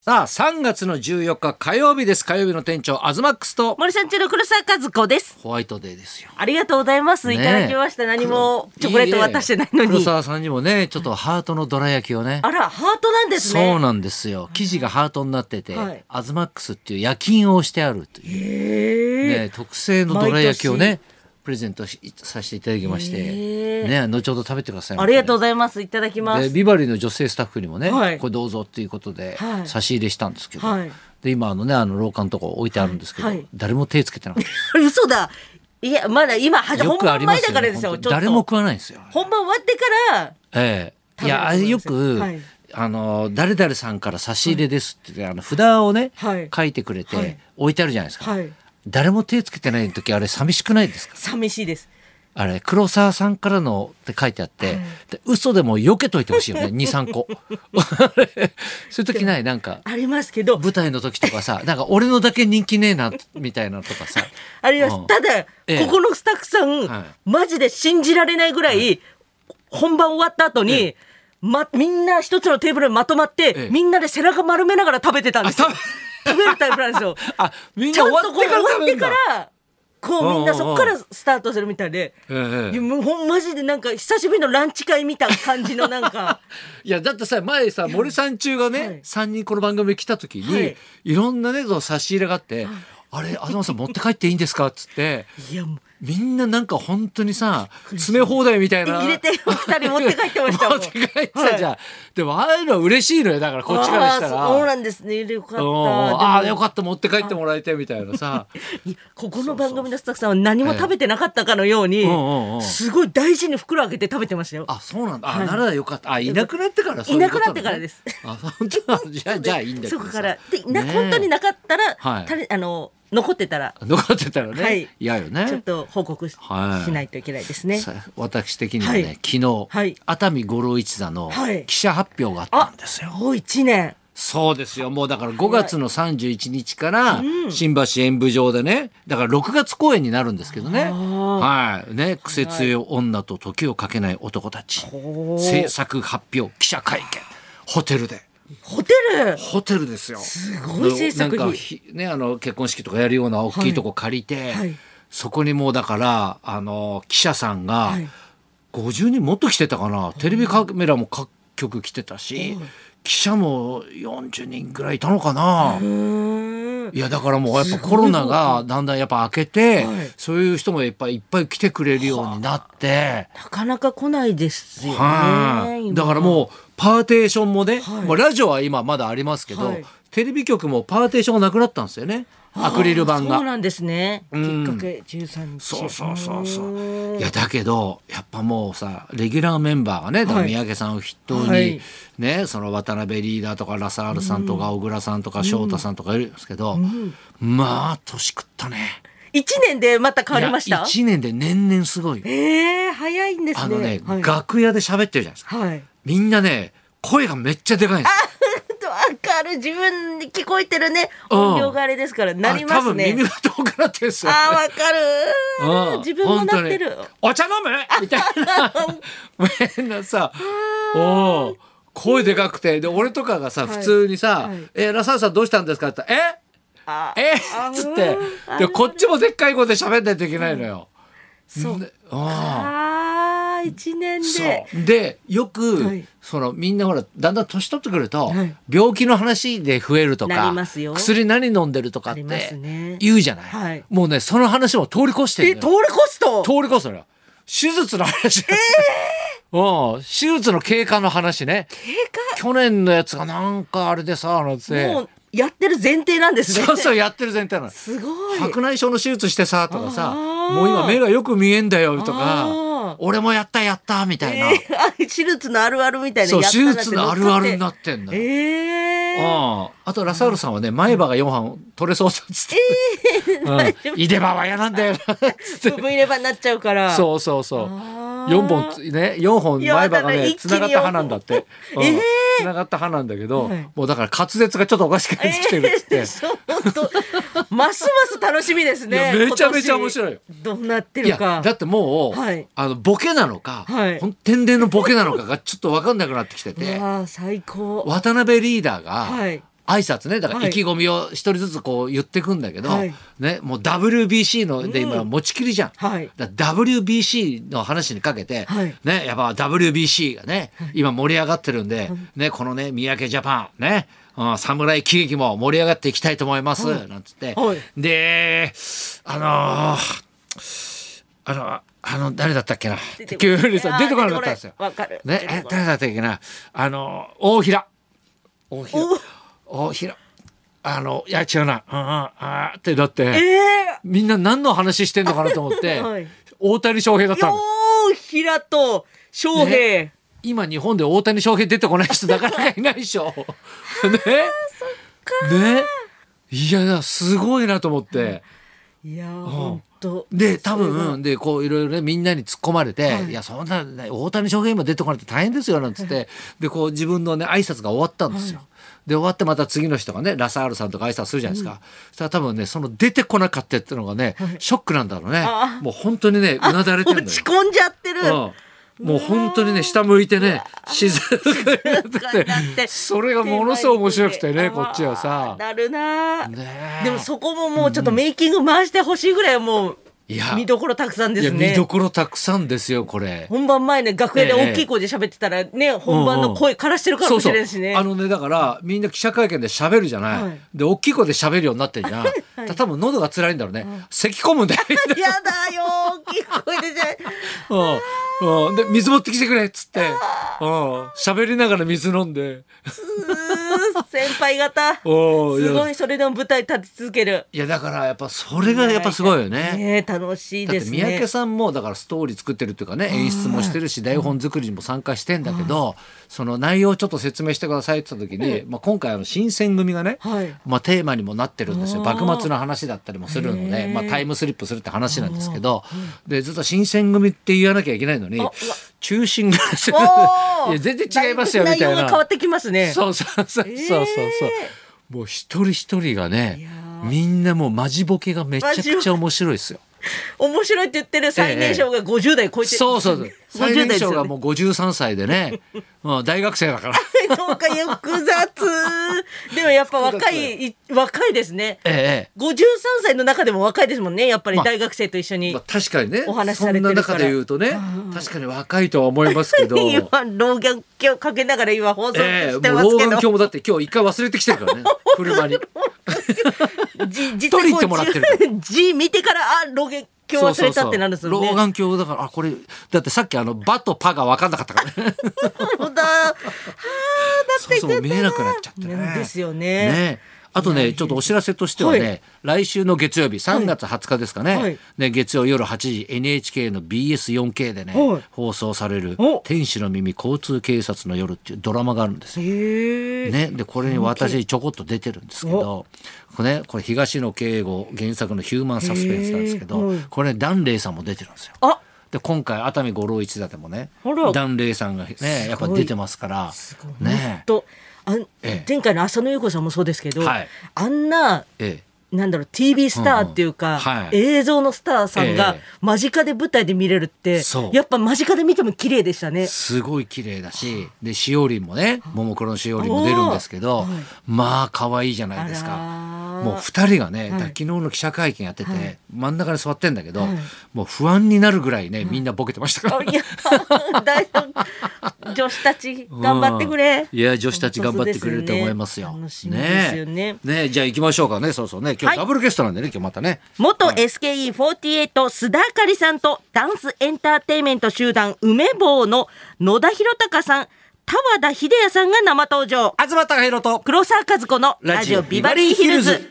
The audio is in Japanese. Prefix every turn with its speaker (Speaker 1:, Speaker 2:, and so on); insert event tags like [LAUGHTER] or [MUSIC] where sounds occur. Speaker 1: さあ、3月の14日火曜日です。火曜日の店長、アズマックスと
Speaker 2: 森さんちの黒沢和子です。
Speaker 1: ホワイトデーですよ。
Speaker 2: ありがとうございます。
Speaker 1: ねえ
Speaker 2: いただきました。何も
Speaker 1: 黒
Speaker 2: チョコレート渡してないの
Speaker 1: え黒
Speaker 2: に。
Speaker 1: 沢さんにもね、ちょっとハートのどら焼きをね。
Speaker 2: あら、ハートなんです
Speaker 1: そう
Speaker 2: ね。
Speaker 1: なんですよ。生地がハートになってて、
Speaker 2: はい
Speaker 1: アズマックスっていう夜勤をしてあるという、
Speaker 2: へえ。
Speaker 1: ね、特製のどら焼きをね、プレゼントしさせていただきまして、
Speaker 2: へえ
Speaker 1: ね、後ほど食べてください。
Speaker 2: ありがとうございます。いただきま。
Speaker 1: ですビバリーの女性スタッフにもね、
Speaker 2: はい
Speaker 1: これどうぞっていうことで
Speaker 2: はい
Speaker 1: 差し入れしたんですけど、
Speaker 2: はい
Speaker 1: で今あのねあの廊下のとこ置いてあるんですけど、
Speaker 2: はいはい
Speaker 1: 誰も手つけてなかっ
Speaker 2: 嘘だ。いや、まだ今、は
Speaker 1: たよ
Speaker 2: 本
Speaker 1: くあ
Speaker 2: 番
Speaker 1: りま
Speaker 2: 前
Speaker 1: す
Speaker 2: だ
Speaker 1: よ,、
Speaker 2: から
Speaker 1: ね
Speaker 2: ですよ。
Speaker 1: 本
Speaker 2: ち
Speaker 1: 当
Speaker 2: ょ
Speaker 1: に
Speaker 2: っ
Speaker 1: 誰も
Speaker 2: と。
Speaker 1: 食わないんですよ。
Speaker 2: 本番終わってから、
Speaker 1: ええいやあ
Speaker 2: 食べ
Speaker 1: れ
Speaker 2: る
Speaker 1: よ
Speaker 2: そうです
Speaker 1: く、
Speaker 2: よはい
Speaker 1: あの誰々さんから差し入れですって言って、あの札をね、
Speaker 2: はい
Speaker 1: 書いてくれて、
Speaker 2: はい
Speaker 1: 置いてあるじゃないですか、
Speaker 2: はい
Speaker 1: 誰も手つけてない時あれ寂しくないですか
Speaker 2: 寂しいです。
Speaker 1: あれ黒沢さんからのって書いてあって、で嘘でも避けといてほしいよね [LAUGHS] 23個そういう時ないなんか
Speaker 2: ありますけど、
Speaker 1: 舞台の時とかさなんか俺のだけ人気ねえなみたいなとかさ
Speaker 2: あります。ただ、こ
Speaker 1: ええ
Speaker 2: このスタッフさ
Speaker 1: はい
Speaker 2: ん、マジで信じられないぐらい、本番終わった後に、ま、みんな一つのテーブルにまとまって
Speaker 1: え、
Speaker 2: みんなで背中丸めながら食べてたんですよ。食べるタイプなんですよ。
Speaker 1: あ [LAUGHS] みん
Speaker 2: ちゃ
Speaker 1: なん終わ
Speaker 2: と
Speaker 1: っ
Speaker 2: こ
Speaker 1: て
Speaker 2: う終
Speaker 1: から食
Speaker 2: わっ
Speaker 1: べ
Speaker 2: て
Speaker 1: るんだ
Speaker 2: から、こうみんなそこか
Speaker 1: う
Speaker 2: らスタートするみたいで。
Speaker 1: ええ
Speaker 2: いやもうほんマジでなんか久しぶりのランチ会見た感じのなん
Speaker 1: [LAUGHS]
Speaker 2: か
Speaker 1: いやだってさ前さ森さん中がね、
Speaker 2: はい
Speaker 1: 3人この番組に来た時に、
Speaker 2: はいい、
Speaker 1: ろんなねその差し入れがあって「あれ東さん持って帰っていいんですか?」っつって
Speaker 2: いやもう
Speaker 1: みんななんか本当にさ詰め放題みたいな
Speaker 2: 入れて2人持って帰ってました
Speaker 1: [LAUGHS] 持
Speaker 2: も
Speaker 1: っ
Speaker 2: ん
Speaker 1: て帰ってたじゃん、でもああいうのは嬉しいのよだからこっちからしたら
Speaker 2: あーそうなんですねよかった
Speaker 1: うんああよか
Speaker 2: っ
Speaker 1: った持って帰ってもらえてみたいなさ
Speaker 2: たここの番組のスタッフさんは何も食べてなかったかのように、
Speaker 1: ええうんうんうん
Speaker 2: すごい大事に袋開けて食べてましたよ
Speaker 1: あそうなんだあ、
Speaker 2: はい
Speaker 1: ならよかったあいなくなってからそう
Speaker 2: いうな
Speaker 1: こ
Speaker 2: く
Speaker 1: と
Speaker 2: なってからです
Speaker 1: あ本当じゃあじゃあいいんだけど
Speaker 2: そ
Speaker 1: さ
Speaker 2: こからでな、
Speaker 1: ねえ
Speaker 2: 本当になかったら、
Speaker 1: はい
Speaker 2: たれあの残ってたら
Speaker 1: 残ってたらね、
Speaker 2: はい
Speaker 1: 嫌よ
Speaker 2: ちょっ
Speaker 1: ね
Speaker 2: と報告し,、
Speaker 1: はい
Speaker 2: ないといけないですね
Speaker 1: さ私的にはね、
Speaker 2: はい
Speaker 1: 昨日、
Speaker 2: はい
Speaker 1: 熱海五郎一座の
Speaker 2: はい
Speaker 1: 記者発表があった
Speaker 2: あ
Speaker 1: んですよ、
Speaker 2: もう1年
Speaker 1: そうですよもうだから5月の31日から
Speaker 2: うん
Speaker 1: 新橋演舞場でねだから6月公演になるんですけどね
Speaker 2: あー
Speaker 1: はいね癖強い女と時をかけない男たち
Speaker 2: ほう
Speaker 1: 制作発表記者会見ホテルで
Speaker 2: ホテル
Speaker 1: ホテルですよ
Speaker 2: すごい制作費
Speaker 1: なんかひねあの結婚式とかやるような大きいとこ借りて、
Speaker 2: はいはい
Speaker 1: そこにもうだからあの記者さんが、
Speaker 2: はい
Speaker 1: 50人もっと来てたかなテレビカメラも各局来てたし、記者も40人ぐらいいたのかな、
Speaker 2: うーん
Speaker 1: いやだからもうやっぱコロナがだんだんやっぱ明けて、
Speaker 2: はい
Speaker 1: そういう人もいっぱいいっぱい来てくれるようになって。
Speaker 2: なかなか来ないですよね。
Speaker 1: はい、だからもうパーテーションもね、
Speaker 2: はい
Speaker 1: まあ、ラジオは今まだありますけど、
Speaker 2: はい
Speaker 1: テレビ局もパーテーションがなくなったんですよねアクリル板
Speaker 2: そう
Speaker 1: が。
Speaker 2: なんですね。き
Speaker 1: ん
Speaker 2: っかけ十三日。
Speaker 1: そうそうそうそう
Speaker 2: ーん
Speaker 1: いやだけどやっぱもうさレギュラーメンバーがね、だから
Speaker 2: はい
Speaker 1: 三宅さんを筆頭に、
Speaker 2: はい
Speaker 1: ね、その渡辺リーダーとかラサールさんとか小倉さんとか翔太さんとかいるんですけど、まあ年食ったね。
Speaker 2: 一年でまた変わりまし
Speaker 1: いや
Speaker 2: た。
Speaker 1: 一年で年々すごいよ。
Speaker 2: ええ早いんですね。
Speaker 1: あのね、
Speaker 2: はい、
Speaker 1: 楽屋で喋ってるじゃないですか。
Speaker 2: はい。
Speaker 1: みんなね声がめっちゃでかいんですよ
Speaker 2: わかる自分に聞こえてるね
Speaker 1: うん
Speaker 2: 音量があれですからなりま
Speaker 1: あ
Speaker 2: す
Speaker 1: れ多分耳
Speaker 2: ね。
Speaker 1: が遠くなってるんですよ、ね。
Speaker 2: あーわか
Speaker 1: う
Speaker 2: る
Speaker 1: ん
Speaker 2: 自分もなってる。
Speaker 1: 本当にお茶飲むみたいな。み
Speaker 2: [LAUGHS]
Speaker 1: んなさ、おう声でかくて、で、俺とかがさ、
Speaker 2: はい
Speaker 1: 普通にさ、
Speaker 2: はい
Speaker 1: え、ラサーさんどうしたんですかって言ったら、え
Speaker 2: あ
Speaker 1: え
Speaker 2: あ
Speaker 1: っつって
Speaker 2: うん、
Speaker 1: で、こっちもでっかい声で喋んないといけないのよ。
Speaker 2: そう
Speaker 1: であ
Speaker 2: あー一年
Speaker 1: ー
Speaker 2: で
Speaker 1: そうでよく、
Speaker 2: はい
Speaker 1: そのみんなほらだんだん年取ってくると、
Speaker 2: はい
Speaker 1: 病気の話で増えると
Speaker 2: な
Speaker 1: か
Speaker 2: りますよ
Speaker 1: 薬何飲んでるとかっ
Speaker 2: あります
Speaker 1: て
Speaker 2: ね
Speaker 1: 言うじゃない、
Speaker 2: はい
Speaker 1: もうねその話も通り越して
Speaker 2: え
Speaker 1: る
Speaker 2: 通
Speaker 1: の
Speaker 2: り
Speaker 1: よ
Speaker 2: 越すと
Speaker 1: 通り越すのよ手術の話、うん手術の経過の話ね
Speaker 2: 経
Speaker 1: 去年のやつがなんかあれでさなんつっ
Speaker 2: 過
Speaker 1: て
Speaker 2: もうやってる前提なんですね。
Speaker 1: そうそうやってる前提なの
Speaker 2: すごい。
Speaker 1: 白内障の手術してさとかさ
Speaker 2: あー
Speaker 1: もう今目がよく見えんだよとか
Speaker 2: あー
Speaker 1: 俺もやったやったみたいな、
Speaker 2: えーあ手術のあるあるみたいな
Speaker 1: そう
Speaker 2: やっ
Speaker 1: 手
Speaker 2: たなって
Speaker 1: 術のあるあるになってんのよ、
Speaker 2: えー、
Speaker 1: うんあとラサールさんはね前歯が4本取れそうだっつ
Speaker 2: [LAUGHS]
Speaker 1: って、うん、井出歯は嫌なんだよなっつって
Speaker 2: 部分入れ歯になっちゃうからう
Speaker 1: そうそうそう。
Speaker 2: あー
Speaker 1: 四本つね、四本
Speaker 2: い
Speaker 1: 前
Speaker 2: や
Speaker 1: 歯が
Speaker 2: だから
Speaker 1: ね、
Speaker 2: 一気
Speaker 1: 繋
Speaker 2: に
Speaker 1: がった歯なんだって。
Speaker 2: 四本
Speaker 1: うん
Speaker 2: え
Speaker 1: 繋がった歯なんだけど
Speaker 2: はい、
Speaker 1: もうだから滑舌がちょっとおかしくなってきてるっつっ
Speaker 2: [LAUGHS]
Speaker 1: て。
Speaker 2: ちょっとますます楽しみですね
Speaker 1: いやめちゃめちゃ面白いよ
Speaker 2: 今年どうなって
Speaker 1: い
Speaker 2: る
Speaker 1: や
Speaker 2: か
Speaker 1: だってもう、
Speaker 2: はい
Speaker 1: あのボケなのか、
Speaker 2: はい
Speaker 1: ほん天然のボケなのかがちょっと分かんなくなってきてて
Speaker 2: わあ最高
Speaker 1: 渡辺リーダーが、
Speaker 2: はい
Speaker 1: 挨拶ねだから
Speaker 2: はい
Speaker 1: 意気込みを一人ずつこう言ってくんだけど、
Speaker 2: はい
Speaker 1: ね、もう WBC ので今持ちきりじゃん、
Speaker 2: はい
Speaker 1: だから WBC の話にかけて、
Speaker 2: はい
Speaker 1: ね、やっぱ WBC がね今盛り上がってるんで、ね、このね三宅ジャパンねうん侍喜劇も盛り上がっていきたいと思います、なんつって、
Speaker 2: はい
Speaker 1: であのーあのあの誰だったっけな
Speaker 2: 出てこ
Speaker 1: 急に
Speaker 2: い
Speaker 1: さ
Speaker 2: やー
Speaker 1: 出てこなかったんですよ。
Speaker 2: わかる。
Speaker 1: ね、
Speaker 2: 出
Speaker 1: え
Speaker 2: てこない
Speaker 1: 誰だったっけな、あの、大平。大平。大平。あの、いや、違うな、ああ、ああってなって、
Speaker 2: え
Speaker 1: みんな何の話してんのかなと思って。
Speaker 2: [LAUGHS] はい
Speaker 1: 大谷翔平だっ
Speaker 2: ー、
Speaker 1: た
Speaker 2: よ
Speaker 1: の。
Speaker 2: ー、平と翔平。
Speaker 1: ね今日本で大谷翔平出てこない人なかなかいないでしょ。
Speaker 2: [LAUGHS]
Speaker 1: ね。ね。いやいや、すごいなと思って。
Speaker 2: いやー、ほんと。
Speaker 1: で多
Speaker 2: それ
Speaker 1: 分でこういろいろねみんなに突っ込まれて「い、やそんな、ね、大谷翔平今出てこないと大変ですよ」なんつってでこう自分のね挨拶が終わったんですよ。で終わってまた次の人がねラサールさんとか挨拶するじゃないですか、そしたら多分ねその出てこなかったっていうのがね、ショックなんだろうね
Speaker 2: あ
Speaker 1: もう本当にねうなだれて
Speaker 2: が
Speaker 1: る
Speaker 2: 落
Speaker 1: んだ
Speaker 2: ち
Speaker 1: よ。
Speaker 2: 込んじゃってる。
Speaker 1: うんもう本当にね下向いてね静かになって
Speaker 2: 静かになって
Speaker 1: て
Speaker 2: [LAUGHS]
Speaker 1: それがものすごい面白くてねこっちは
Speaker 2: あ
Speaker 1: さ
Speaker 2: ー。なるなー、
Speaker 1: ねえ
Speaker 2: でもそこももうちょっとメイキング回してほしいぐらいもう
Speaker 1: いや
Speaker 2: 見どころたくさんです
Speaker 1: いや見
Speaker 2: ね
Speaker 1: ど。ころたくさんですよこれ。
Speaker 2: 本番前ね楽屋で大きい声で喋ってたらね、本番の声枯らしてるかもしれんしね。
Speaker 1: そうそうあのねだからみんな記者会見で喋るじゃない、
Speaker 2: はい
Speaker 1: で大きい声で喋るようになってるじゃん、た多分喉が辛いんだろうね、咳込むんだよみん
Speaker 2: [LAUGHS]
Speaker 1: な
Speaker 2: やだよー大きい声でじゃ
Speaker 1: うんうんで水持ってきてくれっつってうん喋りながら水飲んで
Speaker 2: うー先輩方
Speaker 1: お
Speaker 2: すご
Speaker 1: いや
Speaker 2: いそれでも舞台立ち続ける。
Speaker 1: いやだからやっぱそれがやっぱすごいよね
Speaker 2: ねえ楽しい
Speaker 1: だっ
Speaker 2: で
Speaker 1: て
Speaker 2: す
Speaker 1: 三
Speaker 2: ね。
Speaker 1: 宅さんもだからストーリー作ってるっていうかね演出もしてるし台本作りにも参加してんだけどその内容をちょっと説明してくださいって言った時にまあ今回あの新選組がね [LAUGHS]
Speaker 2: はい
Speaker 1: まあテーマにもなってるんですよ
Speaker 2: あー
Speaker 1: 幕末の話だったりもするの
Speaker 2: へ
Speaker 1: で
Speaker 2: ー
Speaker 1: まあタイムスリップするって話なんですけどでずっと新選組って言わなきゃいけないのに
Speaker 2: わ
Speaker 1: 中心が
Speaker 2: おー
Speaker 1: [LAUGHS] いや全然違いますよみたい
Speaker 2: 内容が変わ
Speaker 1: な
Speaker 2: ってきますね。
Speaker 1: [LAUGHS] そうそうそうそうそうそうもう一人一人が
Speaker 2: いや
Speaker 1: ね
Speaker 2: ー
Speaker 1: みんなもうマジボケがめちゃくちゃ面白いですよ。
Speaker 2: 面白いって言ってる最年少が50代超えてる。
Speaker 1: そうそう
Speaker 2: [LAUGHS]
Speaker 1: そう。最
Speaker 2: 50
Speaker 1: 年
Speaker 2: 代ですよ
Speaker 1: 少
Speaker 2: ね
Speaker 1: がもう53歳でね、うん、大学生だから。
Speaker 2: [LAUGHS] そうか、複雑。でもやっぱ若い、い若いですね。
Speaker 1: え
Speaker 2: 53歳の中でも若いですもんね。やっぱり
Speaker 1: まあ
Speaker 2: 大学生と一緒
Speaker 1: え
Speaker 2: に。 [LAUGHS]
Speaker 1: まあ、確かにね
Speaker 2: お話し
Speaker 1: そ
Speaker 2: され
Speaker 1: ん
Speaker 2: て
Speaker 1: な
Speaker 2: るから
Speaker 1: 中で言うとね、確かに若いとは思いますけ
Speaker 2: [LAUGHS]
Speaker 1: ど。
Speaker 2: 今、老眼鏡かけながら今放送
Speaker 1: ええ
Speaker 2: してま
Speaker 1: もう
Speaker 2: す
Speaker 1: 老
Speaker 2: け
Speaker 1: 眼
Speaker 2: ど。
Speaker 1: 鏡もだって今日一回忘れてきてるから
Speaker 2: [LAUGHS]
Speaker 1: ね車に
Speaker 2: じ実際
Speaker 1: 取りに行ってもらってる
Speaker 2: こうじ [LAUGHS] 字見てから、あ、老眼鏡忘れたってなるんですよね。
Speaker 1: 老眼鏡だからあこれだってさっきあの「バ」と「パ」が分かんなかったから
Speaker 2: [LAUGHS]
Speaker 1: ね
Speaker 2: そうだ。
Speaker 1: そうそう見えなくなっちゃってね
Speaker 2: ねですよね
Speaker 1: ねあとねちょっとお知らせとしてはね、
Speaker 2: は
Speaker 1: 来週の月曜日3月20日ですかね,、
Speaker 2: はい
Speaker 1: ね月曜夜8時 NHK の BS4K でね、
Speaker 2: はい
Speaker 1: 放送される
Speaker 2: お
Speaker 1: 「天使の耳交通警察の夜」っていうドラマがあるんですよ。
Speaker 2: へえ。
Speaker 1: ね、でこれに私ちょこっと出てるんですけどこれ,、ね、これ東野圭吾原作の「ヒューマンサスペンス」なんですけ
Speaker 2: へ
Speaker 1: ど、
Speaker 2: ーはい
Speaker 1: これねダンレイさんも出てるんですよ。
Speaker 2: あ、
Speaker 1: で今回熱海五郎一座でもね
Speaker 2: あら
Speaker 1: ダンレイさんがねやっぱ出てますからね
Speaker 2: と、あん
Speaker 1: ええ
Speaker 2: 前回の浅野ゆう子さんもそうですけど、
Speaker 1: はい
Speaker 2: あんな
Speaker 1: ええ
Speaker 2: なんだろう TV スターっていう
Speaker 1: う
Speaker 2: か、
Speaker 1: んはい
Speaker 2: 映像のスターさんが
Speaker 1: ええ
Speaker 2: 間近で舞台で見れるって、
Speaker 1: そう
Speaker 2: やっぱ間近で見ても綺麗でしたね。
Speaker 1: すごい綺麗だし、で、しおりんもね、ももクロのしおりんも出るんですけど、まあ、可愛いじゃないです
Speaker 2: あ
Speaker 1: か。
Speaker 2: ら
Speaker 1: もう二人がね、
Speaker 2: はい
Speaker 1: だ昨日の記者会見やってて、
Speaker 2: はい
Speaker 1: 真ん中に座ってんだけど、
Speaker 2: はい
Speaker 1: もう不安になるぐらいね、みんなボケてましたから。
Speaker 2: いや [LAUGHS] 大丈夫女子たち頑張ってくれ。
Speaker 1: うんいや、女子たち頑張ってくれると思いますよ。
Speaker 2: 本当そうですね楽しみですよね
Speaker 1: ねえじゃあ行きましょうかね。そうそうね。今
Speaker 2: は
Speaker 1: 日
Speaker 2: い
Speaker 1: ダブルゲストなんでね、今日またね。
Speaker 2: 元 SKE48 須田あかりさんとダンスエンターテインメント集団梅坊の野田博隆さん田和田秀也さんが生登場
Speaker 1: 東隆弘と、
Speaker 2: 黒沢和子のラジオビバリーヒルズ